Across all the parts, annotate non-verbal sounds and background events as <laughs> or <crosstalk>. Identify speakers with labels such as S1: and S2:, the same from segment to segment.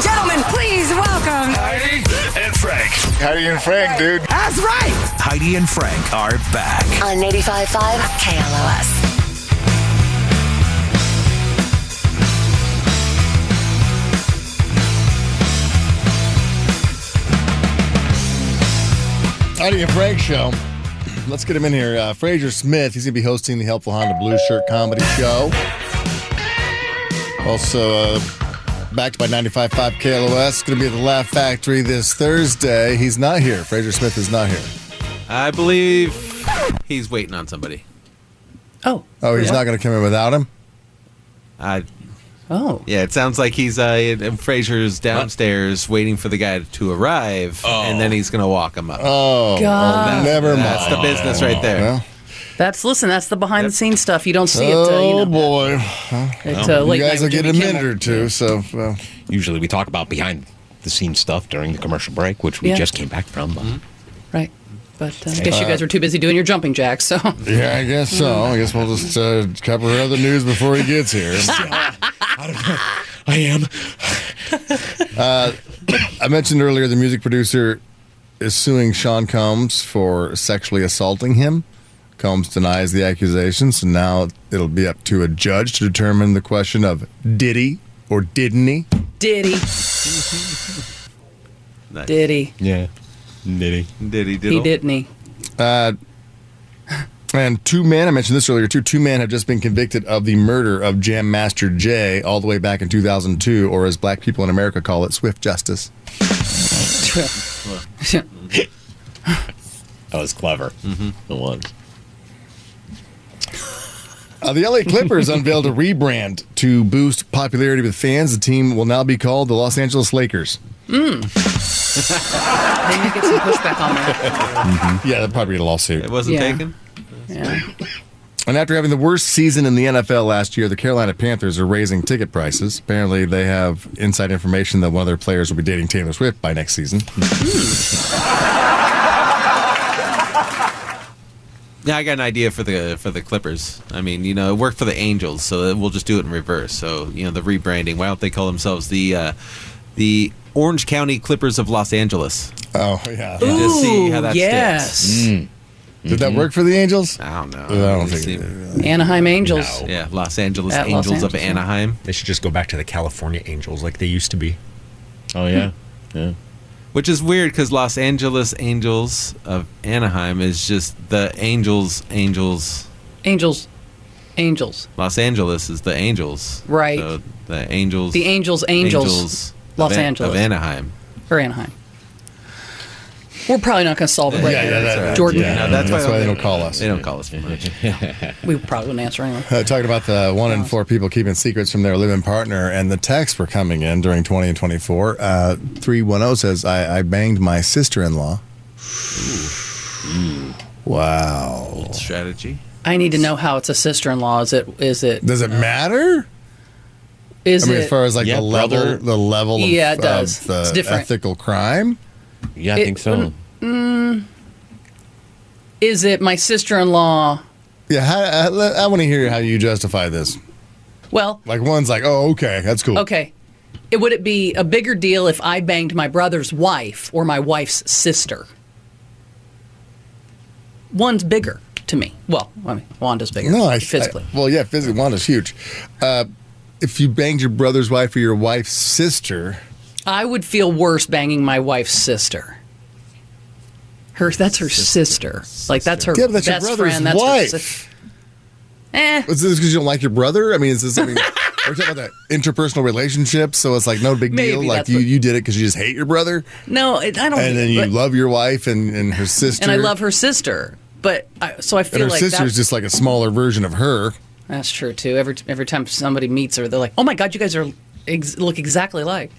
S1: gentlemen, please welcome.
S2: Heidi and Frank.
S3: Heidi and Frank, dude.
S1: That's right.
S2: Heidi and Frank are back.
S4: on 85.5 KLOS.
S3: Heidi and Frank show. Let's get him in here. Uh, Fraser Smith, he's going to be hosting the Helpful Honda Blue Shirt Comedy Show. Also, uh, backed by 95.5 KLOS, going to be at the Laugh Factory this Thursday. He's not here. Fraser Smith is not here.
S5: I believe he's waiting on somebody.
S6: Oh.
S3: Oh, he's not going to come in without him?
S5: I
S6: Oh.
S5: yeah, it sounds like he's uh, in Fraser's downstairs waiting for the guy to arrive, and then he's gonna walk him up.
S3: Oh, well,
S6: God.
S3: never mind.
S5: That's the business right there.
S3: Well,
S6: That's listen. That's the behind the scenes stuff. You don't see it. Uh, you
S3: oh,
S6: know,
S3: boy.
S6: At, uh, late
S3: you guys
S6: night
S3: will
S6: with
S3: get a
S6: Jimmy
S3: minute
S6: Kimmel.
S3: or two, so... Uh,
S7: Usually we talk about behind the scenes stuff during the commercial break, which we
S6: Yeah.
S7: just came back from.
S6: Right. But uh, I guess you guys were too busy doing your jumping jacks. So <laughs>
S3: Yeah, I guess so. I guess we'll just uh, cover other news before he gets <laughs> here.
S7: I am.
S3: I mentioned earlier the music producer is suing Sean Combs for sexually assaulting him. Combs denies the accusations, and now it'll be up to a judge to determine the question of did he or didn't he?
S6: Diddy,
S5: Nice.
S6: Diddy,
S7: Yeah. Nitty.
S5: Did he?
S6: he
S5: diddle?
S6: didn't he?
S3: And two men, I mentioned this earlier too, two men have just been convicted of the murder of Jam Master Jay all the way back in 2002, or as black people in America call it, swift justice.
S6: <laughs>
S7: That was clever. The one.
S3: Uh, the LA Clippers <laughs> unveiled a rebrand to boost popularity with fans. The team will now be called the Los Angeles Lakers.
S6: They may get some pushback on that.
S3: Yeah, that'd probably be a
S5: It
S3: lawsuit.
S5: wasn't
S6: Yeah.
S5: taken.
S6: Yeah.
S3: And after having the worst season in the NFL last year, the Carolina Panthers are raising ticket prices. Apparently, they have inside information that one of their players will be dating Taylor Swift by next season.
S5: Yeah, I got an idea for the for the Clippers. I mean, you know, it worked for the Angels, so we'll just do it in reverse. So, you know, the rebranding. Why don't they call themselves the uh, the Orange County Clippers of Los Angeles?
S3: Oh, yeah.
S5: And <laughs> just see how
S6: Ooh,
S5: that
S6: yes.
S5: sticks. Mm.
S3: Did that work for the Angels?
S5: I don't know.
S3: I don't think
S5: Seem-
S6: Anaheim Angels.
S7: No.
S5: Yeah, Los Angeles
S6: At Los
S5: Angels of
S6: Angeles, yeah.
S5: Anaheim,
S8: They should just go back to the California Angels like they used to be.
S7: Oh, yeah. Yeah.
S5: which is weird because Los Angeles Angels of Anaheim is just the Angels Angels.
S6: Angels, Angels.
S5: Los Angeles is the Angels,
S6: Right.
S5: So the Angels,
S6: The Angels, Angels,
S5: of
S6: Los
S5: An-
S6: Angeles.
S5: of Anaheim.
S6: or Anaheim. We're probably not going to solve it right now. Jordan,
S3: Jordan.
S5: No, that's,
S3: That's why they don't call us.
S5: They don't call us. much.
S6: we probably wouldn't answer anyway.
S3: Uh, talking about the one in four people keeping secrets from their living partner, and the texts were coming in during 20 and 24. Uh, 310 says, I, I banged my sister in law. Wow.
S5: Strategy.
S6: I need to know how it's a sister-in-law. Is it? Is it?
S3: Does it matter?
S6: Is
S3: I mean,
S6: it?
S3: as far as like
S7: Yeah,
S3: the level,
S7: brother.
S3: the level of,
S6: Yeah, it does.
S3: of the
S6: It's different.
S3: ethical crime.
S7: Yeah, I
S6: It
S7: think so.
S6: wouldn't- is it my sister-in-law?
S3: Yeah, how, I, I want to hear how you justify this.
S6: Well,
S3: Like one's like, oh, okay, that's cool.
S6: okay. It would it be a bigger deal if I banged my brother's wife or my wife's sister? One's bigger to me. Well, I mean, Wanda's bigger.
S3: No, I
S6: physically.
S3: I- well, yeah, physically, one is huge. Uh, if you banged your brother's wife or your wife's sister,
S6: I would feel worse banging my wife's sister. Her that's her sister. Like that's her
S3: Yeah, but that's your
S6: best
S3: brother's
S6: friend. That's
S3: wife.
S6: her sis- Eh,
S3: is this because you don't like your brother? I mean, is this something? We're talking about that interpersonal relationship, so it's like no big
S6: Maybe
S3: deal. Like
S6: that's
S3: you,
S6: what-
S3: you did it because you just hate your brother,
S6: no, it, I don't.
S3: and then you
S6: but-
S3: love your wife and, and her sister,
S6: and I love her sister, but I, so I feel
S3: and her
S6: like
S3: sister's
S6: that,
S3: just like a smaller version of her.
S6: that's true too. Every every time somebody meets her, they're like, "Oh my god, you guys are ex- look exactly like."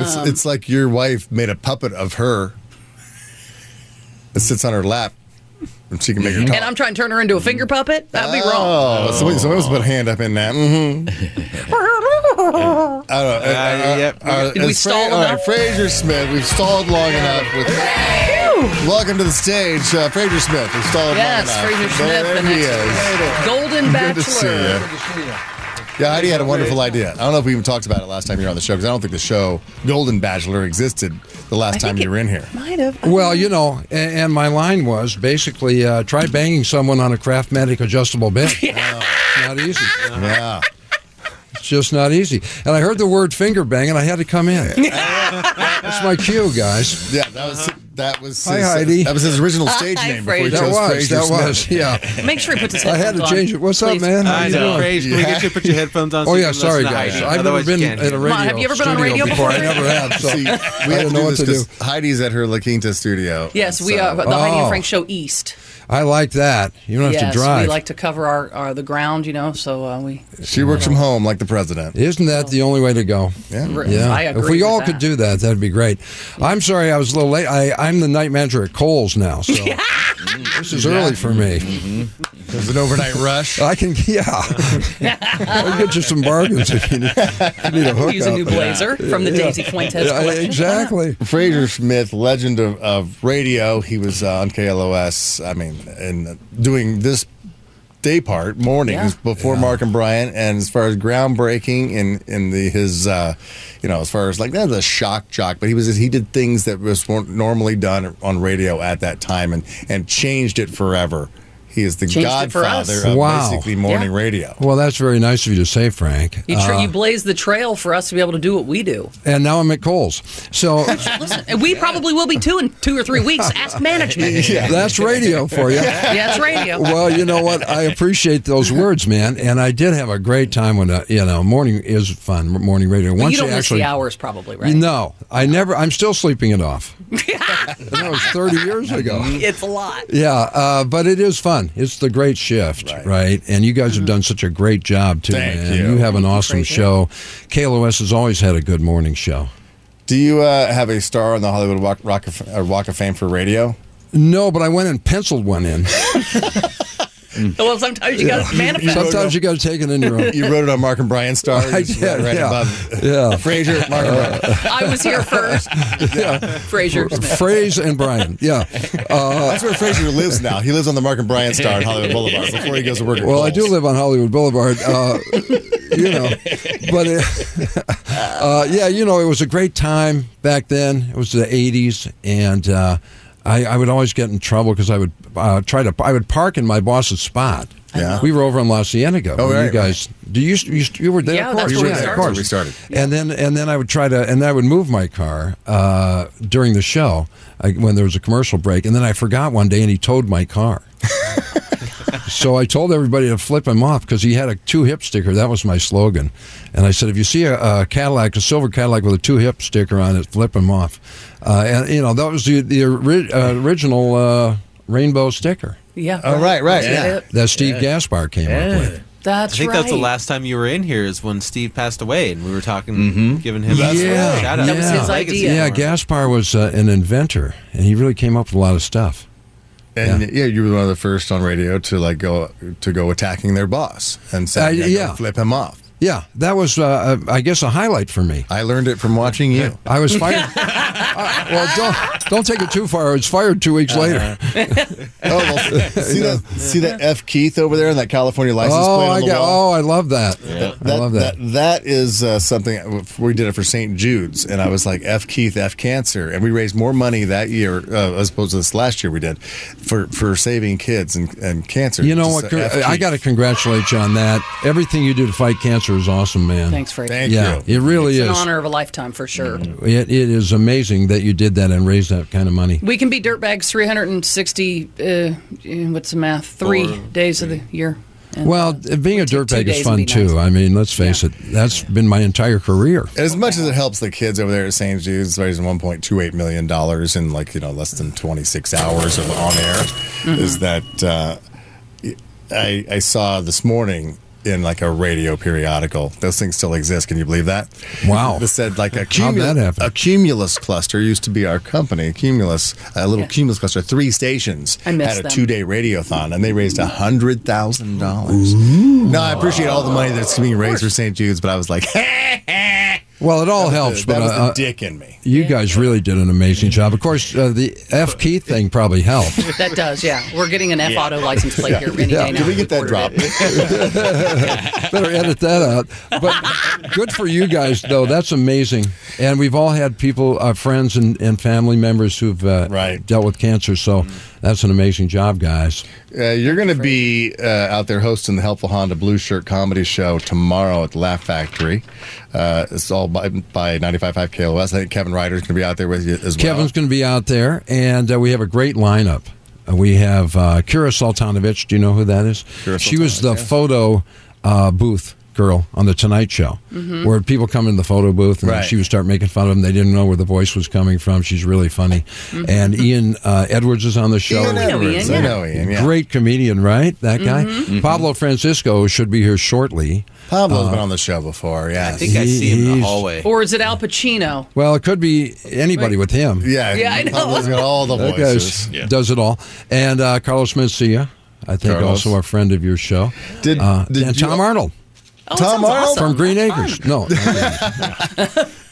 S3: It's,
S6: Um,
S3: it's like your wife made a puppet of her that sits on her lap, and she can make her
S9: Oh.
S3: talk.
S6: Mm-hmm. And I'm trying to turn her into a finger puppet. That'd be wrong.
S3: Oh, somebody, somebody must put a hand up in that. hmm I don't know.
S5: Uh, yep.
S6: Did we stall
S3: All right,
S6: enough?
S3: Fraser Smith, we've stalled long enough. With welcome to the stage, uh, Fraser Smith. We've stalled
S6: Yes,
S3: long enough.
S6: Fraser
S3: there
S6: Smith, the
S3: he
S6: next
S3: is.
S6: Golden
S3: Good to see
S6: Bachelor.
S3: you. Yeah, Heidi had a wonderful idea. I don't know if we even talked about it last time you were on the show because I don't think the show Golden Bachelor existed the last time you were in here.
S10: Might have.
S9: Well, you know, a- and my line was basically uh, try banging someone on a Craftmatic
S3: <laughs>
S9: adjustable bed. It's not easy.
S3: Yeah.
S9: It's just not easy. And I heard the word finger bang, and I had to come in. That's my cue, guys.
S3: Yeah, that
S6: Uh-huh.
S3: was that was
S9: Hi,
S3: his,
S9: Heidi.
S3: That was
S6: <laughs>
S3: his original stage
S10: Hi,
S3: name before he
S10: Fraser.
S9: That
S3: chose
S9: was.
S3: Fraser
S9: That
S3: Smith.
S9: was. Yeah.
S10: Make sure he puts his
S3: <laughs>
S9: I had
S10: headphones
S9: to
S10: on,
S9: change it. What's up,
S10: please.
S9: man? How
S5: I
S9: you
S5: know.
S9: doing?
S5: Graves, can we get you to put your headphones on? so
S9: Oh
S5: you
S9: yeah,
S5: can listen
S9: sorry
S5: to
S9: guys.
S5: Heidi?
S9: I've never
S5: Otherwise you
S9: been
S5: can't hear
S9: in a
S5: it.
S9: radio
S10: on, have you ever been on
S9: studio
S10: radio
S9: before. I
S10: before?
S9: never have. So
S3: See, we
S9: <laughs> I
S3: had
S9: don't
S3: to
S9: know
S3: do
S9: what
S3: this
S9: to do.
S3: 'cause Heidi's at her La Quinta studio.
S6: Yes,
S3: and
S6: we
S3: so-
S6: are.
S10: The Heidi
S9: Oh.
S10: and Frank Show East.
S9: I like that. You don't have
S6: yes,
S9: to drive.
S6: we like to cover our, our the ground, you know. So uh, we.
S3: She works from home like the president.
S9: Isn't that the only way to go?
S3: Yeah.
S9: Yeah.
S6: I agree
S9: if we
S6: with
S9: all
S6: that.
S9: could do that, that'd be great. I'm sorry I was a little late. I, I'm the night manager at Coles
S6: <laughs>
S9: now, so Mm-hmm. this is early for me.
S3: There's an Mm-hmm. overnight rush.
S9: I can,
S6: <laughs>
S9: yeah. I'll get you some bargains if you need, if you need a hookup.
S6: Use a new blazer from the Daisy Fuentes
S9: Yeah,
S6: collection.
S9: exactly.
S3: Fraser Smith, legend of, of radio. He was uh, on KLOS. I mean, and doing this day part mornings
S6: Yeah.
S3: before Mark and Brian. And as far as groundbreaking in in the his, uh, you know, as far as like that's a shock jock, but he was he did things that was more normally done on radio at that time and and changed it forever. He is the
S6: Changed it for us.
S3: godfather of
S9: Wow.
S3: basically morning
S6: Yeah.
S3: radio.
S9: Well, that's very nice of you to say, Frank. Uh,
S6: You, tra- you blaze the trail for us to be able to do what we do.
S9: And now I'm at Coles. So
S6: Listen, and we probably will be too in two or three weeks. Ask management. <laughs> yeah.
S9: that's radio
S6: <laughs>
S9: for you.
S6: That's radio.
S9: well, you know what? I appreciate those words, man. And I did have a great time when uh, you know morning is fun. Morning radio.
S6: But
S9: Once
S6: you don't miss
S9: actually,
S6: the hours, probably, right?
S9: No, I never. I'm still sleeping it
S6: <laughs>
S9: off. that was 30 years ago.
S6: It's a lot.
S9: Yeah, uh, but it is fun. It's the great shift, right?
S3: Right.
S9: And you guys have done such a great job too.
S3: Thank
S9: man.
S3: you.
S9: have an awesome show. KLOS has always had a good morning show.
S3: Do you uh, have a star on the Hollywood Walk, Rock of, uh, Walk of Fame for radio?
S9: No, but I went and penciled one
S3: <laughs>
S9: in.
S6: Well, sometimes you got to manifest.
S9: Sometimes you got to take it in your own.
S3: <laughs> You wrote it on Mark and Brian <laughs> Star.
S9: <laughs> I
S3: It's
S9: did,
S3: right
S9: yeah.
S3: above
S9: Yeah. Uh,
S3: Fraser, Mark and Brian.
S6: I was here first. Frazier
S9: <laughs>
S6: Smith.
S9: Fraze and Brian. Yeah.
S3: <laughs>
S9: Uh,
S3: That's where Fraser lives now. He lives on the Mark and Brian Star on Hollywood Boulevard before he goes to work. At
S9: Uh, Well, I do
S3: Kohl's.
S9: live on Hollywood Boulevard,
S3: <laughs>
S9: uh, you know, but it, <laughs> uh, yeah, you know, it was a great time back then. It was the '80s, and uh, I, I would always get in trouble because I would uh, try to I would park in my boss's spot.
S3: Yeah.
S9: we were over in La Cienega.
S3: Oh,
S9: when you
S3: right,
S9: guys, do you, you you were there?
S6: Yeah,
S9: of course,
S6: that's where we
S9: of
S6: started.
S9: course.
S3: We started.
S9: And then and then I would try to and I would move my car uh, during the show I, when there was a commercial break, and then I forgot one day, and he towed
S6: <laughs>
S9: my car. So I told everybody to flip him off because he had a two hip sticker. That was my slogan. And I said, if you see a, a Cadillac, a silver Cadillac with a two hip sticker on it, flip him off. Uh, and, you know, that was the, the ori- uh, original uh, rainbow sticker
S6: Yeah.
S3: Oh, right, right.
S6: That's
S3: Yeah.
S6: it.
S9: that Steve Gaspar came up with.
S6: That's
S5: I think
S6: right.
S5: that's the last time you were in here is when Steve passed away, and we were talking, giving him
S9: Mm-hmm. That's
S5: a
S9: right.
S5: shout out.
S9: That was his
S5: Legacy
S6: idea.
S5: for
S9: Yeah,
S5: him.
S9: Gaspar was uh, an inventor, and he really came up with a lot of stuff.
S3: And yeah. you were one of the first on radio to like go to go attacking their boss and say,
S9: Uh,
S3: yeah, go
S9: yeah.
S3: flip him off.
S9: Yeah, that was, uh, uh, I guess, a highlight for me.
S3: I learned it from watching you.
S9: I was fired. Uh, well, don't don't take it too far. I was fired two
S3: Uh-huh.
S9: weeks later.
S3: <laughs> oh, well, <laughs> see that see that F Keith over there in that California license
S9: Oh,
S3: plate on
S9: I
S3: the
S9: got,
S3: wall.
S9: oh, I love that.
S3: That,
S9: I love that.
S3: That is uh, something we did it for St. Jude's, and I was like F Keith F Cancer, and we raised more money that year uh, as opposed to this last year we did for for saving kids and, and cancer.
S9: You know
S3: Just,
S9: what?
S3: uh, F.
S9: I
S3: Keith.
S9: got to congratulate you on that. Everything you do to fight cancer is awesome, man.
S6: Thanks, Frazier.
S3: Thank
S9: Yeah,
S3: you. Mm-hmm.
S9: it really
S6: It's an
S9: is.
S6: honor of a lifetime for sure.
S9: It, it is amazing that you did that and raised that kind of money.
S6: We can be dirtbags 360, uh, eh, what's the math, three
S5: Four,
S6: days of the year. And,
S9: Well,
S6: uh,
S9: being a
S6: two- two
S9: dirtbag
S6: days
S9: is
S6: would
S9: fun
S6: be nice.
S9: too. I mean, let's face
S6: Yeah.
S9: it, That's been my entire career.
S3: <laughs> As much as it helps the kids over there at St. Jude's raising one point two eight million dollars in like you know less than twenty six hours of on air,
S9: Mm-hmm.
S3: is that uh, I I saw this morning in like a radio periodical. Those things still exist. Can you believe that?
S9: Wow.
S3: This said like a
S9: Oh. How'd that
S3: cumulus,
S9: happen?
S3: a cumulus cluster used to be our company. Cumulus, a little cumulus cluster, three stations
S6: I miss
S3: had a
S6: them.
S3: two day radiothon, and they raised a hundred thousand <laughs> dollars. No, I appreciate all the money that's being raised for St. Jude's, but I was like.
S9: Well, it all helps,
S3: That
S9: but
S3: was the
S9: uh,
S3: dick in me.
S9: you guys really did an amazing job. Of course, uh, the F
S3: <laughs>
S9: Keith thing probably helped.
S6: That does, yeah. We're getting an F auto license plate here any
S9: Yeah.
S6: day now.
S9: Did
S3: we get that
S6: Ordered
S3: drop?
S6: it.
S9: Better edit that out. But good for you guys, though. That's amazing. And we've all had people, uh, friends, and, and family members who've uh,
S3: Right. Mm-hmm.
S9: dealt with cancer. So that's an amazing job, guys.
S3: <laughs> Uh, you're going to be uh, out there hosting the Helpful Honda Blue Shirt Comedy Show tomorrow at the Laugh Factory. Uh, it's all by, by 95.5 KLOS. I think Kevin Ryder's going to be out there with you as well.
S9: Kevin's going to be out there, and uh, we have a great lineup. Uh, we have uh, Kira Saltanovich. Do you know who that is?
S3: Kira
S9: she was the
S3: Soltanovich, yes.
S9: photo uh, booth girl on the Tonight Show, where people come in the photo booth and
S3: Right.
S9: she would start making fun of them. They didn't know where the voice was coming from. She's really funny. And Ian uh, Edwards is on the show.
S3: Ian Edwards.
S6: Ian,
S3: I
S6: yeah.
S3: know Ian. Yeah. Mm-hmm.
S9: Great comedian, right? That guy, Pablo Francisco, should be here shortly.
S3: Pablo's been on the show before. Yeah.
S5: I think I see him in the
S9: He's-
S5: hallway.
S6: Or is it Al Pacino?
S9: Well, it could be anybody with him.
S3: yeah.
S6: Yeah, I know.
S3: Pablo's got all the
S9: That guy's-
S3: voices.
S9: does it all. And uh, Carlos Mencia, I think
S3: Carlos.
S9: also a friend of your show.
S3: Did-
S9: uh,
S3: did
S9: and
S3: you-
S9: Tom Arnold
S6: Oh,
S3: Tom
S6: sounds
S3: Arnold
S9: from Green Acres. No,
S3: <laughs>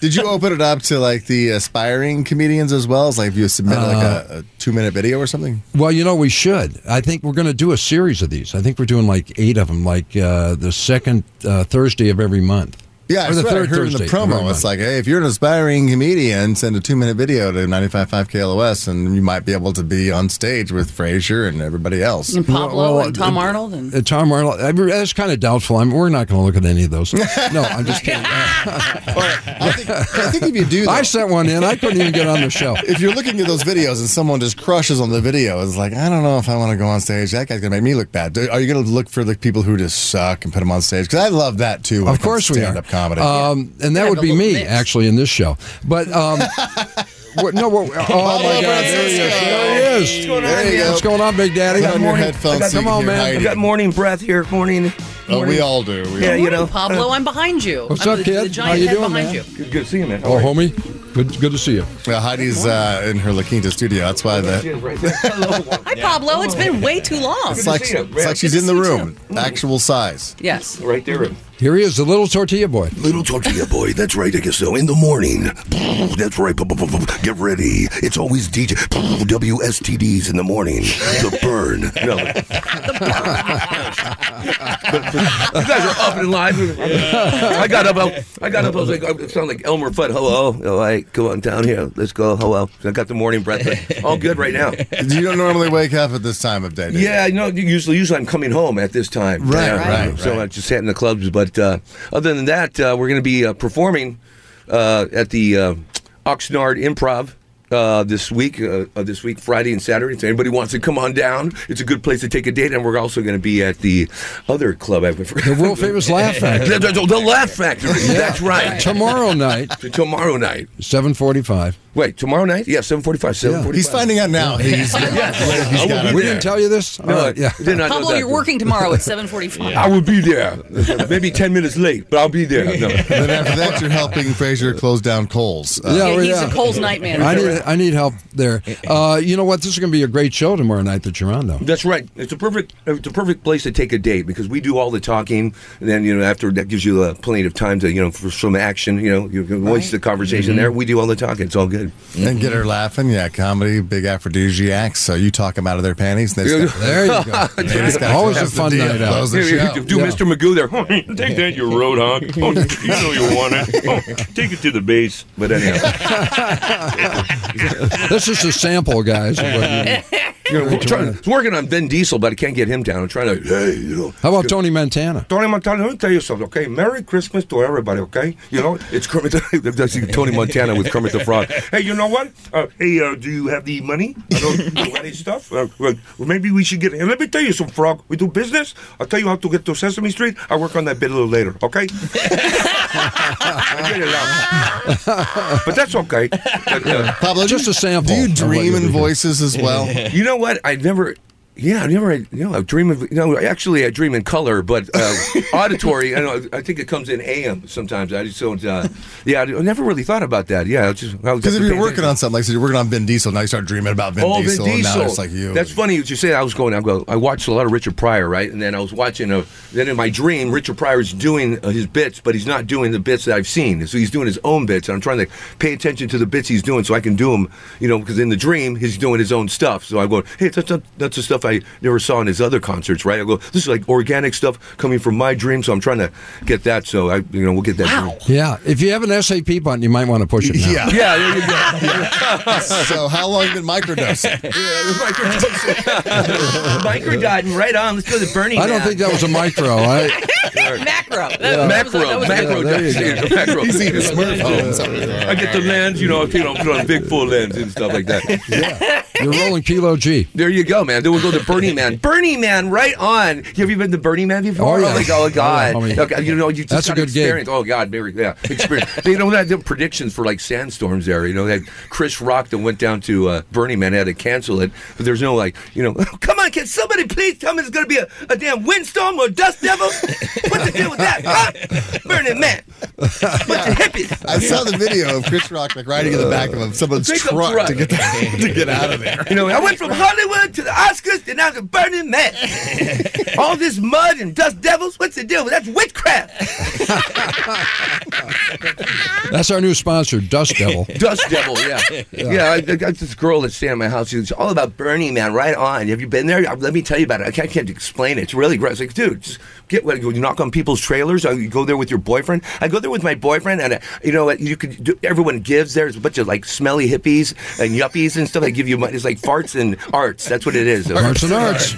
S3: Did you open it up to like the aspiring comedians as well? As like if you submit like a, a two minute video or something?
S9: well, you know we should. I think we're going to do a series of these. I think we're doing like eight of them, like uh, the second uh, Thursday of every month.
S3: Yeah,
S9: or
S3: it's
S9: the
S3: what I
S9: third
S3: heard in the
S9: Thursday. of every
S3: promo.
S9: month.
S3: It's like, hey, if you're an aspiring comedian, send a two minute video to 95.5 KLOS and you might be able to be on stage with Frasier and everybody else.
S6: And Pablo
S9: Well, well,
S6: and Tom
S9: uh,
S6: Arnold and
S9: Uh, Tom Arnold. I mean, that's kind of doubtful. I mean, we're not going to look at any
S3: <laughs>
S9: of those. No, I'm just kidding.
S3: I, think, <laughs> I think if you do
S9: I
S3: that,
S9: sent one in. I couldn't even get on the show.
S3: if you're looking at those videos and someone just crushes on the video, it's like, I don't know if I want to go on stage. That guy's going to make me look bad. Are you going to look for the people who just suck and put them on stage? Because I love that too. when
S9: Of
S3: it comes
S9: course
S3: to
S9: we are.
S3: stand up comedy.
S9: Um, and that
S6: Yeah,
S9: would
S6: the
S9: be
S6: little
S9: me
S6: mix.
S9: actually in this show. But
S6: <laughs>
S9: um, what, no, what, oh my God, there he is! There he is!
S3: there you go.
S9: What's going on, Big Daddy?
S3: Put on your headphones. so you
S9: Come
S3: can
S9: on,
S3: hear
S9: man.
S3: Heidi.
S10: I got morning breath here. Morning.
S3: Oh, we all do. We
S10: Yeah,
S3: all
S10: you know.
S6: Pablo, I'm behind you.
S9: uh, What's
S6: I'm
S9: up,
S6: the,
S9: kid?
S6: The giant
S9: How you
S6: head
S9: doing,
S6: behind
S9: man?
S6: you.
S10: Good, good to see you, man. How
S9: Oh,
S10: are you?
S9: homie, good, good to see you.
S3: Well, Heidi's uh, in her La Quinta studio. That's why the
S10: Jim's right there. Hello.
S6: Hi, Pablo. It's been
S10: Oh.
S6: way too long.
S3: it's like,
S10: see you.
S3: it's like she's
S6: Good
S3: in
S6: to
S3: the
S6: see you
S3: room, actual size.
S6: Yes.
S10: right there.
S9: Here he is, the little tortilla boy.
S11: Little tortilla boy, that's right, I guess so. In the morning, that's right. Get ready. It's always DJ WSTDs in the morning. The burn. No,
S10: You guys are up and live. I got up. I- I got up. I was like, I sound like Elmer Fudd. Hello. All right, come on down here. Let's go. Hello. I got the morning breath. but All good right now.
S3: You don't normally wake up at this time of day. do you?
S10: Yeah, you know, usually, usually I'm coming home at this time.
S3: Right,
S10: Yeah.
S3: right, right.
S10: So I just sat in the clubs. But uh, other than that, uh, we're going to be uh, performing uh, at the uh, Oxnard Improv. Uh, this week, uh, uh, this week, Friday and Saturday. If anybody wants to come on down, it's a good place to take a date. And we're also going to be at the other club. I
S9: The
S10: forgot.
S9: world famous
S10: <laughs>
S9: Laugh
S10: the,
S9: Factory.
S10: the, the Laugh Factory.
S6: <laughs>
S10: That's right.
S9: <laughs> Tomorrow night,
S10: To tomorrow night.
S9: seven forty-five.
S10: Wait, tomorrow night? Yeah, seven forty-five. Seven forty-five. Oh,
S3: He's finding out now.
S9: <laughs>
S3: He's,
S10: I
S3: he's
S10: will
S3: got
S10: be
S3: it.
S9: We
S10: there.
S9: didn't tell you this. All
S10: No,
S9: right, yeah.
S10: I did not know
S6: Pablo,
S10: that.
S6: you're working tomorrow
S10: <laughs>
S6: at 7:45.
S10: I will be there. Maybe 10 minutes late, but I'll be there. No.
S3: Then after that, you're helping Frazier close down Coles. Uh,
S9: Yeah,
S6: Yeah,
S9: well,
S6: he's
S9: yeah.
S6: a Coles night
S9: I
S6: manager.
S9: need, I need help
S6: <laughs>
S9: there. Uh, you know what? This is going to be a great show tomorrow night that you're on, though.
S10: <laughs> That's right. It's a perfect it's a perfect place to take a date because we do all the talking, and then you know after that gives you uh, plenty of time to you know for some action. You know you can voice the conversation there. We do all the talking. It's all good.
S3: And get her laughing. Yeah, comedy, big aphrodisiacs. So you talk them out of their panties. They just
S9: There you go. Always a fun night out.
S3: Close the
S10: Here, <laughs> here,
S3: show.
S10: do
S9: Yeah.
S10: Mr. Magoo there. <laughs>
S11: take that, you roadhog. Oh, you know you want it. Oh,
S10: <laughs>
S11: take it to the base.
S10: But <laughs> anyhow,
S9: This is a sample, guys. of what you-
S10: you know, we're trying, it's working on Vin Diesel, but I can't get him down. I'm trying to hey, you know.
S9: How about Tony Montana?
S10: Tony Montana, let me tell you something, okay? Merry Christmas to everybody, okay? You know, it's Kermit. <laughs> that's Tony Montana with Kermit the Frog. Hey, you know what? Uh, hey, uh, do you have the money? I don't do any stuff. Uh, well, maybe we should get. And let me tell you some frog. We do business. I'll tell you how to get to Sesame Street. I'll work on that bit a little later, okay? <laughs> I get it out. But that's okay. But, uh,
S3: Pablo,
S9: Just
S3: do you-
S9: a sample
S3: Do you
S9: of what
S3: dream
S9: you'll
S3: in
S9: be doing.
S3: <laughs> voices as well?
S10: you know what? I never. Yeah, I never had. You know, I dream of. You know, actually, I dream in color, but
S3: <laughs>
S10: uh, auditory. I, don't, I think it comes in AM sometimes. I just don't. Uh, yeah, I never really thought about that. Yeah, I just
S3: Because if you're working on something, like so you're working on Vin Diesel, now you start dreaming about Vin,
S10: oh,
S3: Diesel,
S10: Vin
S3: and
S10: Diesel.
S3: now it's like you.
S10: That's funny what you say. I was going. I go. I watched a lot of Richard Pryor, right? And then I was watching a. Then in my dream, Richard Pryor is doing uh, his bits, but he's not doing the bits that I've seen. So he's doing his own bits, and I'm trying to pay attention to the bits he's doing so I can do them. You know, because in the dream he's doing his own stuff. So I go, hey, that's not, that's the stuff I never saw in his other concerts, right? I go, this is like organic stuff coming from my dream. So I'm trying to get that. So I, you know, we'll get that.
S9: Yeah, if you have an SAP button, you might want to push it.
S3: <laughs>
S9: Now.
S3: Yeah.
S10: Yeah, there you go.
S3: <laughs>
S10: <laughs>
S3: so how long have you been microdosing?
S10: <laughs> Microdotting right on. Let's go to Bernie.
S9: I don't think that was a micro. I,
S6: macro. That-
S10: Yeah.
S6: that was-
S10: Macro,
S6: that was-
S10: macro,
S9: Yeah, there you
S10: dust.
S9: go.
S10: macro.
S9: He's eating Smurf.
S10: <laughs> Yeah. I get the lens, you know, you know, put on a big full lens and stuff like that.
S9: You're rolling kilo G.
S10: There you go, man. Then we'll go to Burning
S9: <laughs>
S10: Man. Burning Man, right on. Have you been to Burning Man before?
S9: Oh, yeah.
S10: my God, oh, God.
S9: Oh, yeah, homie.
S10: Okay, you know, you just
S9: That's a
S10: gotta
S9: good gig.
S10: experience. Oh God, very yeah. Experience. they know that the predictions for like sandstorms there. You know that Chris Rock that went down to uh, Burning Man had to cancel it, but there's no like you know. <laughs> Come on, can somebody please tell me there's gonna be a, a damn windstorm or dust devil? What's the deal with that? Huh? Burning Man, bunch of hippies.
S3: I saw the video of Chris Rock like riding in the back of someone's
S10: Pickup
S3: truck,
S10: truck.
S3: to get <laughs> to get out of there.
S10: You know, I went from Hollywood to the Oscars to now to Burning <laughs> Man. All this mud and dust devils, what's the deal? with That's witchcraft.
S9: That's our new sponsor, Dust Devil.
S10: Dust devil, yeah. <laughs> Yeah, I, I got this girl that's staying at my house. It's all about Burning Man, right on. Have you been there? Let me tell you about it. I can't, I can't explain it. It's really gross. Like, dude, just get what you knock on people's trailers. Or you go there with your boyfriend. I go there with my boyfriend, and uh, you know what? You could do, everyone gives. There's a bunch of like smelly hippies and yuppies and stuff that give you money. It's like farts and arts. That's what it <laughs> is.
S9: Arts and Arts.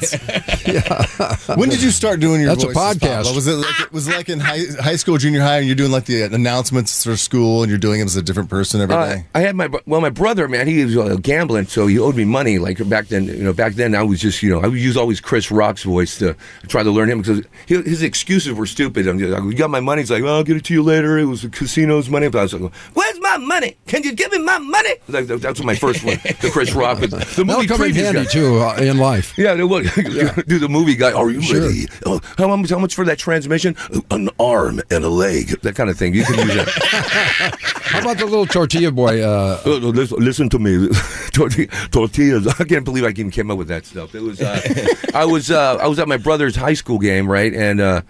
S3: When did you start doing your?
S9: That's a
S3: voices, Pablo?
S9: podcast.
S3: Was it like, it was it like in high, high school, junior high, and you're doing like the announcements for school, and you're doing them as a different person every day?
S10: Uh, I had my bro- well, my brother, man, he was uh, gambling, so he owed me money. Like back then, you know, back then I was just, you know, I would use always Chris Rock's voice to try to learn him because he, his excuses were stupid. I'm just, like, you got my money. He's like, well, I'll get it to you later. It was the casino's money. But I was like, where's my money? Can you give me my money? Like, that- that's my first one, the
S9: <laughs>
S10: Chris Rock. But the
S9: That'll
S10: movie
S9: come in
S10: previews
S9: handy
S10: guy.
S9: too uh, in life.
S10: Yeah, they <laughs> would. Do the movie guy.
S11: Are you
S9: Sure.
S11: ready?
S10: Oh, how, much, how much for that transmission?
S11: An arm and a leg.
S10: That kind of thing. You can use that.
S9: <laughs> How about the little tortilla boy? Uh,
S10: Uh, no, listen, listen to me, <laughs> Torti- tortillas. <laughs> I can't believe I even came up with that stuff. It was uh, I was uh, I was at my brother's high school game, right? And uh,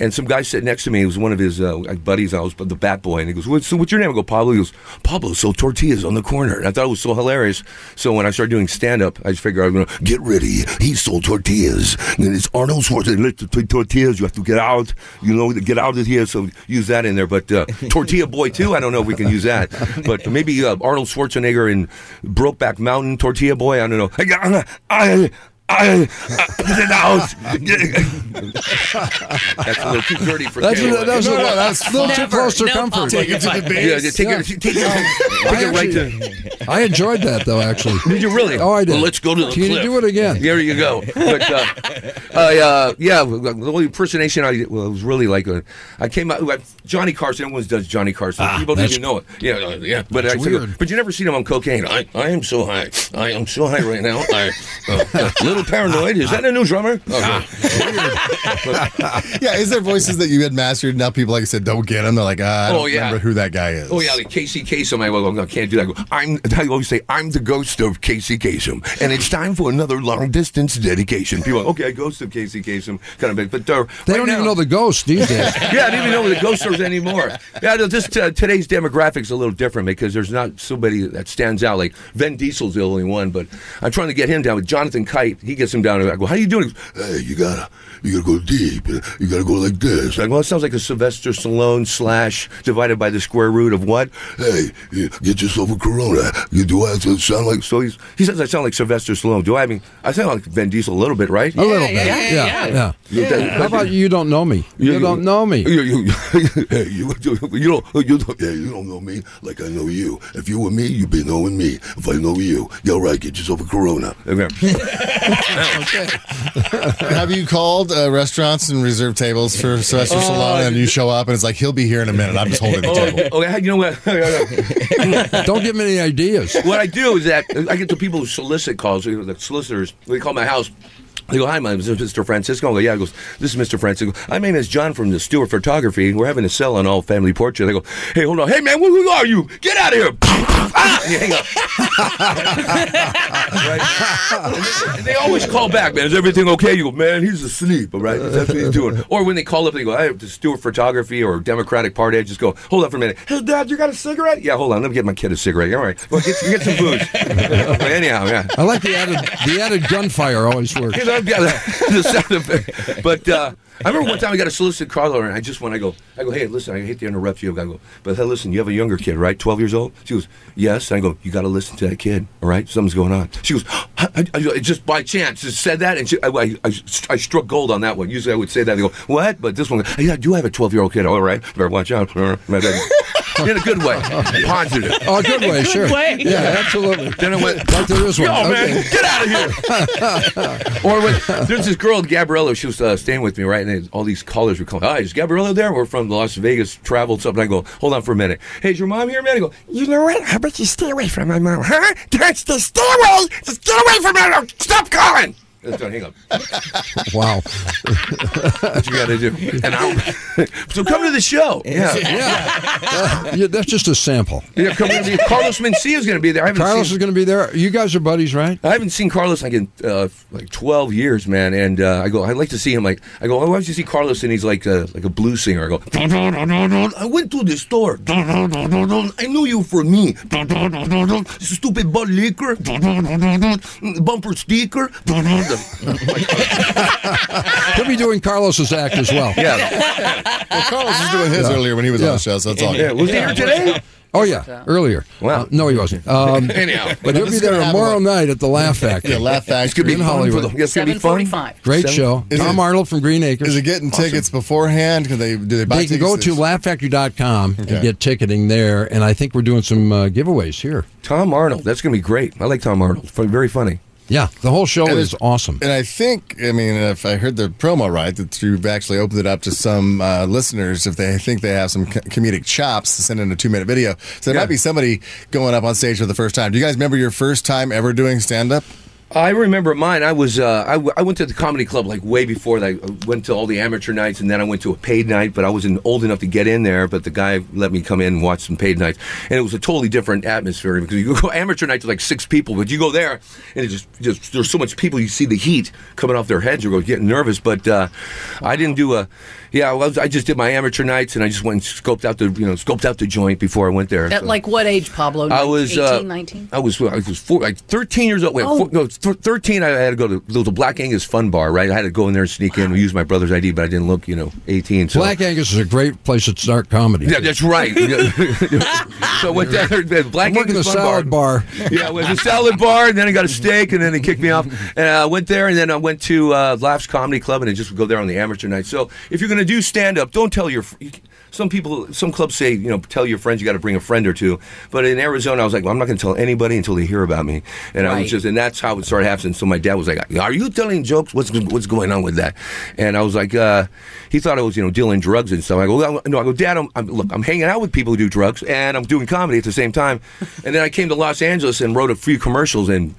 S10: and some guy sitting next to me. It was one of his uh, like, buddies. I was the Bat Boy, and he goes, "What's, so what's your name?" I go, "Pablo." He goes, "Pablo sold tortillas on the corner." And I thought it was so hilarious. So when I started doing stand up, I just figured I was gonna
S11: Get ready. He sold tortillas. And it's Arnold Schwarzenegger.
S10: to take tortillas. You have to get out, you know, get out of here. So use that in there. But uh, Tortilla Boy too. I don't know if we can use that. But maybe uh, Arnold Schwarzenegger in Brokeback Mountain, Tortilla Boy. I don't know. I, I, I, get out. That's a little too dirty for
S9: that's a,
S10: Taylor.
S9: that's a,
S3: No, no, that's
S9: a little too
S6: Never.
S9: close to
S6: No,
S9: comfort.
S6: Papa.
S3: Take it to the base.
S10: yeah, just take it,
S9: Yeah.
S10: take it, take
S9: I,
S10: it right
S9: actually,
S10: to.
S9: Oh. I enjoyed that though. Actually,
S10: Did you really?
S9: Oh, I did.
S10: Well, let's go to the
S9: Can
S10: clip.
S9: you do it again?
S10: There you
S9: <laughs>
S10: go. But uh, I, uh, yeah, the only impersonation I well, it was really like a, I came out like Johnny Carson. Everyone does Johnny Carson. People don't
S9: Ah, that's-
S10: even know it. Yeah, uh, yeah. But I
S9: That's
S10: said,
S9: weird.
S10: but you never seen him on cocaine. I, I am so high. I am so high right now. I uh, a little paranoid. Is that a new drummer?
S9: Ah,
S10: Okay.
S3: yeah, is there voices that you had mastered? and Now people, like I said, don't get them. They're like, ah, I don't
S10: Oh, yeah.
S3: remember who that guy is.
S10: Oh yeah, like Casey Kasem. I, well, I can't do that. I go, I'm. I always say I'm the ghost of Casey Kasem, and it's time for another long distance dedication. People, are, okay, ghost of Casey Kasem, kind of. bit. But uh,
S9: They
S10: right
S9: don't even
S10: now-
S9: know the ghost these days.
S10: yeah, I don't even know where the ghost stores anymore. Yeah, no, this uh, today's demographics a little different because there's not somebody that stands out. Like Vin Diesel's the only one, but I'm trying to get him down with Jonathan Kite. He gets him down. I go, how you doing?
S11: Hey, you gotta, you gotta go deep. You gotta go like this.
S10: I go, it sounds like a Sylvester Stallone slash divided by the square root of what?
S11: Hey, you- get yourself a Corona. You do I sound like
S10: So he's, he says I sound like Sylvester Stallone. Do I? I mean, I sound like Vin Diesel a little bit, right?
S9: A little bit.
S6: yeah, Oh, yeah,
S9: yeah.
S6: yeah.
S9: How about you don't know me? You don't know me.
S10: You, you,
S11: hey, you, <laughs> you, don't, you don't, hey, you don't know me like I know you. If you were me, you'd be knowing me. If I know you, you're right. Get yourself a Corona. <laughs>
S10: okay.
S3: Have you called uh, restaurants and reserved tables for Sylvester Stallone, and you show up, and it's like he'll be here in a minute. I'm just holding the table.
S10: Oh. Oh, yeah, you know what? <laughs>
S9: Don't give me any ideas.
S10: what I do is that I get the people who solicit calls, you know, the solicitors, they call my house. They go, hi, my name is Mr. Francisco. I go, yeah. I goes, this is Mr. Francisco. My name is John from the Stewart Photography. We're having a sale on all family portrait. I go, hey, hold on. Hey, man, who, who are you? Get out of here. <laughs> ah! And you hang up. Right? <laughs> And they always call back, man. Is everything okay? You go, man, he's asleep, all right? That's what he's doing. Or when they call up, they go, I have the Stewart Photography or Democratic Party. I just go, hold on for a minute. Hey, Dad, you got a cigarette? Yeah, hold on. Let me get my kid a cigarette. All right. Well, get, get some booze. <laughs> But anyhow, yeah.
S9: I like the added the added gunfire always
S10: <laughs>
S9: works.
S10: You know, I've got the sound effect. But uh, I remember one time I got a solicited car loaner, and I just went, I go, I go, hey, listen, I hate to interrupt you. I go, but hey, listen, you have a younger kid, right? 12 years old? She goes, yes. And I go, you got to listen to that kid, all right? Something's going on. She goes, <gasps> I, I, I- just by chance, just said that, and she, I, I, I, I struck gold on that one. Usually I would say that, and they go, what? But this one, yeah, I do have a 12 year old kid, all right? Better watch out. <laughs> In a good way, positive.
S9: Oh, a good way, sure. Yeah, absolutely.
S10: Then it went
S9: like there is one.
S10: Yo, man,
S9: Okay.
S10: get out of here! <laughs> or when, there's this girl, Gabriella. She was uh, staying with me, right? And all these callers were calling. Hi, is Gabriella there? We're from Las Vegas, traveled something. I go, hold on for a minute. Hey, is your mom here, man? I go, you know what? How about you stay away from my mom, huh? Just just stay away. Just get away from her. Stop calling. Just don't hang up.
S9: Wow.
S10: What you got to do? And I'll, <laughs> so come to the show. Yeah,
S9: Yeah, that's just a sample.
S10: yeah. Come to the, Carlos Mencia is going to be there. I haven't
S9: Carlos
S10: seen-
S9: is going to be there. You guys are buddies, right?
S10: I haven't seen Carlos like in uh, like twelve years, man. And uh, I go, I'd like to see him. Like I go, oh, why don't you see Carlos? And he's like a, like a blues singer. I go, I went to the store. I knew you for me. Stupid butt liquor, bumper sticker.
S9: He'll be doing Carlos's act as well.
S10: yeah,
S3: Well, Carlos was doing his
S9: Yeah.
S3: earlier when he was on
S9: Yeah.
S3: the show, so that's all.
S10: yeah. Was he here today?
S9: Oh yeah, earlier. Wow. no, he wasn't. Um,
S10: Anyhow,
S9: but he'll
S3: This
S9: be
S3: is
S9: there
S3: gonna happen
S9: tomorrow
S3: like-
S9: night at the Laugh Factory.
S3: Yeah, Laugh
S9: It's gonna
S3: Factory.
S9: be in Hollywood.
S10: For the- It's gonna be
S6: Seven
S10: fun.
S6: forty-five.
S9: Great
S10: Seven-
S9: show.
S3: Is
S9: Tom
S3: it-
S9: Arnold from Green Acres.
S3: Is it getting tickets beforehand? Can they do they buy
S9: they can
S3: tickets
S9: go to
S3: this-
S9: laughfactory.com
S3: Okay.
S9: and get ticketing there. And I think we're doing some uh, giveaways here.
S10: Tom Arnold. That's gonna be great. I like Tom Arnold. F- Very funny.
S9: Yeah, the whole show
S3: And
S9: is
S3: it's-
S9: awesome.
S3: And I think, I mean, if I heard the promo right, that you've actually opened it up to some uh, listeners if they think they have some co- comedic chops to send in a two minute video. So there
S10: Yeah.
S3: might be somebody going up on stage for the first time. Do you guys remember your first time ever doing stand up?
S10: I remember mine. I was uh, I, w- I went to the comedy club like way before that. I went to all the amateur nights, and then I went to a paid night. But I wasn't old enough to get in there. But the guy let me come in and watch some paid nights, and it was a totally different atmosphere because you go <laughs> amateur nights with like six people, but you go there and it just just there's so much people. You see the heat coming off their heads. You're getting nervous. But uh, I didn't do a yeah. I, was, I just did my amateur nights, and I just went and scoped out the you know scoped out the joint before I went there.
S6: At
S10: So-
S6: like what age, Pablo?
S10: I was
S6: 18,
S10: uh,
S6: 19?
S10: I was I was four, like thirteen years old. Wait,
S6: Oh.
S10: four, no, th- thirteen. I had to go to there was a Black Angus Fun Bar, right? I had to go in there and sneak in and use my brother's ID, but I didn't look, you know, eighteen. So.
S9: Black Angus is a great place to start comedy.
S10: uh, yeah, that's
S9: <laughs>
S10: right. <laughs> so what? That, Black
S9: I'm working the
S10: Angus Fun
S9: salad bar.
S10: <laughs> yeah, it was a salad bar, and then I got a steak, and then they kicked me off. And I went there, and then I went to uh, Laughs Comedy Club, and I just would go there on the amateur night. So if you're going to do stand up, don't tell your. fr- You, some people, some clubs say, you know, tell your friends you got to bring a friend or two. But in Arizona, I was like, well, I'm not going to tell anybody until they hear about me. And I
S6: Right.
S10: was just, and that's how it started happening. So my dad was like, Are you telling jokes? What's what's going on with that? And I was like, uh, He thought I was, you know, dealing drugs and stuff. I go, well, No, I go, Dad, I'm, I'm look, I'm hanging out with people who do drugs, and I'm doing comedy at the same time. And then I came to Los Angeles and wrote a few commercials and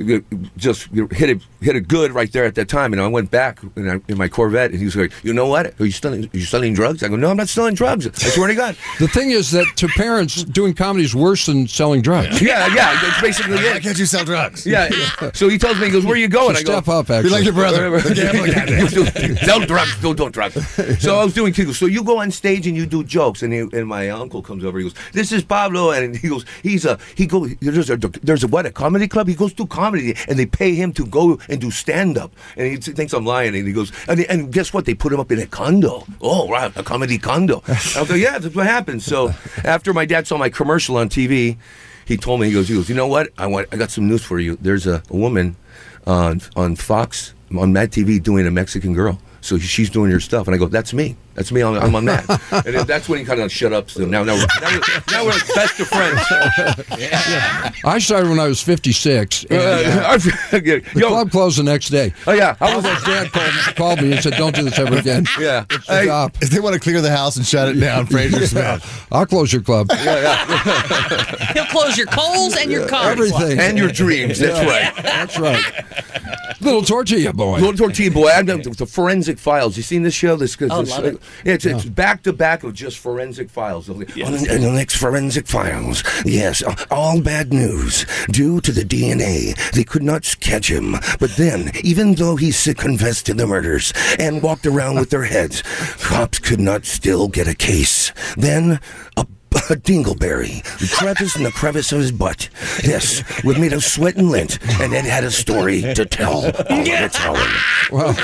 S10: uh, just hit it hit it good right there at that time. And I went back in, I, in my Corvette, and he was like, "You know what? Are you selling? Are you selling drugs?" I go, "No, I'm not selling drugs. I swear to God."
S9: The thing is that to parents, doing comedy is worse than selling drugs.
S10: yeah, yeah, that's basically
S3: Why
S10: it.
S3: can't you sell drugs?
S10: <laughs> Yeah. So he tells me, he goes, "Where are you going?" I go,
S9: Step up,
S3: Be
S9: actually.
S3: like your
S9: <laughs>
S3: brother. the gambling addict.
S10: <laughs> don't drugs, don't, don't drugs. So I was doing giggles. So you go on stage and you do jokes, and he, and my uncle comes over. He goes, "This is Pablo," and he goes, "He's a he go there's a there's a what a comedy club. He goes to comedy, and they pay him to go and do stand up. And he thinks I'm lying, and he goes, and, and guess what? They put him up in a condo. Oh right, a comedy condo. I go, yeah, that's what happened. So after my dad saw my commercial on TV. He told me he goes he goes you know what I want I got some news for you there's a, a woman on on Fox on Mad TV doing a Mexican girl. So she's doing your stuff, and I go, "That's me." That's me. I'm, I'm on that. and then that's when he kind of shut up. So now, now, we're- now, we're- now we're best of friends.
S9: I started when I was 56.
S10: <laughs>
S9: and,
S10: Uh,
S9: uh, the club closed the next day.
S10: Oh, yeah.
S9: I was like, Dad called, called me and said, don't do this ever again.
S10: Yeah.
S9: It's the job.
S3: If they want to clear the house and shut it down,
S9: <laughs>
S3: Fraser Smith.
S9: I'll close your club.
S6: He'll close your coals and your cars.
S9: Everything.
S10: And your dreams. That's
S9: Yeah.
S10: right.
S9: That's right. <laughs> Little tortilla boy.
S10: Little Tortilla Boy. I'm done with the Forensic Files. You seen this show? This, this
S6: Oh, love it.
S10: Yeah, it's, it's back to back of just Forensic Files.
S11: On on the next forensic files, yes, a- all bad news. Due to the DNA, they could not catch him. But then, even though he s- confessed to the murders and walked around with
S6: <laughs>
S11: their heads, cops could not still get a case. Then, a a dingleberry crevice in the crevice of his butt. Yes, was made of sweat and lint, and it had a story to
S10: <laughs>
S11: tell. All of its own.
S9: Well,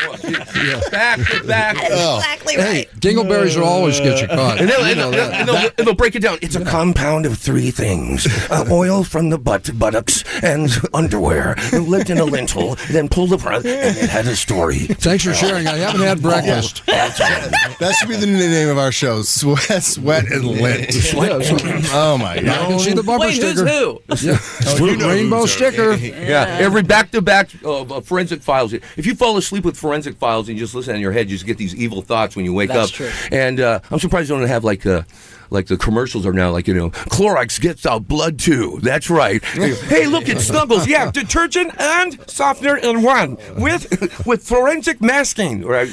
S10: Back to back.
S11: Oh.
S4: Exactly right.
S9: dingleberries will always get you
S10: <laughs>
S9: caught.
S10: And they'll,
S9: You
S10: and
S9: know
S10: they'll-
S9: that.
S10: and they'll- and they'll break it down. It's
S11: It's a compound of three things uh, oil from the butt, buttocks, and underwear. Lived in a lintel, then pulled apart, and it had a story.
S9: Thanks for sharing. I haven't had breakfast.
S3: That should be the new name of our show: Sweat, Sweat, and Lint. oh my
S9: I can
S3: god!
S9: see the bumper
S6: Wait, who's
S9: sticker.
S6: who?
S9: <laughs> Yeah. Rainbow
S10: <laughs>
S9: sticker.
S10: Yeah, every back to back uh, forensic files. If you fall asleep with forensic files and you just listen in your head, you just get these evil thoughts when you wake
S6: That's
S10: up.
S6: true.
S10: And uh, I'm surprised you don't have like uh, like the commercials are now like you know Clorox gets out blood too. That's right.
S9: <laughs>
S10: hey, look at Snuggles. Yeah, detergent and softener in one with with forensic masking.
S9: <laughs>
S10: Right.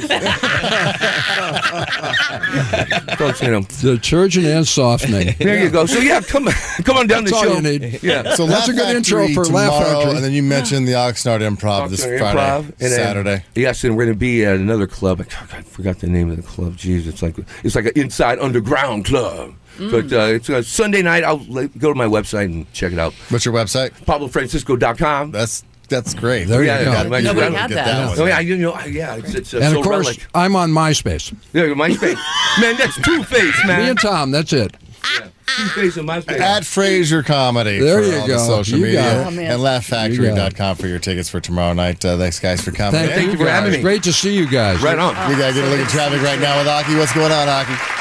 S10: Folks, you know.
S9: Detergent and softening.
S10: There you go. So yeah, come come on down
S9: That's
S10: the
S9: all
S10: show.
S9: you need.
S10: Yeah.
S3: So
S9: That's
S3: Laugh
S9: a good intro
S3: Factory
S9: for Laugh
S3: tomorrow,
S9: Factory.
S3: And then you mentioned the Oxnard Improv this
S10: Oxnard
S3: Friday,
S10: Improv, and then-
S3: Saturday.
S10: yes, and we're going to be at another club. I, God, I forgot the name of the club. Jeez, it's like it's like an inside underground club. But uh, it's a Sunday night. I'll like, go to my website and check it out.
S3: What's your website?
S10: PabloFrancisco.com.
S3: That's that's great.
S9: There you
S10: Yeah,
S9: go.
S10: yeah, my-
S6: Oh, Nobody
S10: I'm-
S6: had
S3: Get
S6: that.
S3: that
S10: Oh
S3: one.
S10: yeah, you know, yeah, it's, it's uh,
S9: And
S10: so
S9: of course,
S10: relic.
S9: I'm on MySpace.
S10: Yeah, MySpace, man, that's Two Face,
S9: Me
S10: man.
S9: and Tom, that's it.
S10: Two Face and MySpace.
S3: At Fraser Comedy
S9: There
S3: for
S9: you
S3: all
S9: go.
S3: the social
S9: You got
S3: media
S9: it.
S6: Oh, man.
S3: and laughfactory.com
S9: got
S3: for your tickets for tomorrow night. Uh, thanks, guys, for coming.
S9: Thank,
S10: Thank you for having me.
S9: Great to see you guys.
S10: right on.
S3: We gotta get a look at traffic right now with Aki. What's going on, Aki?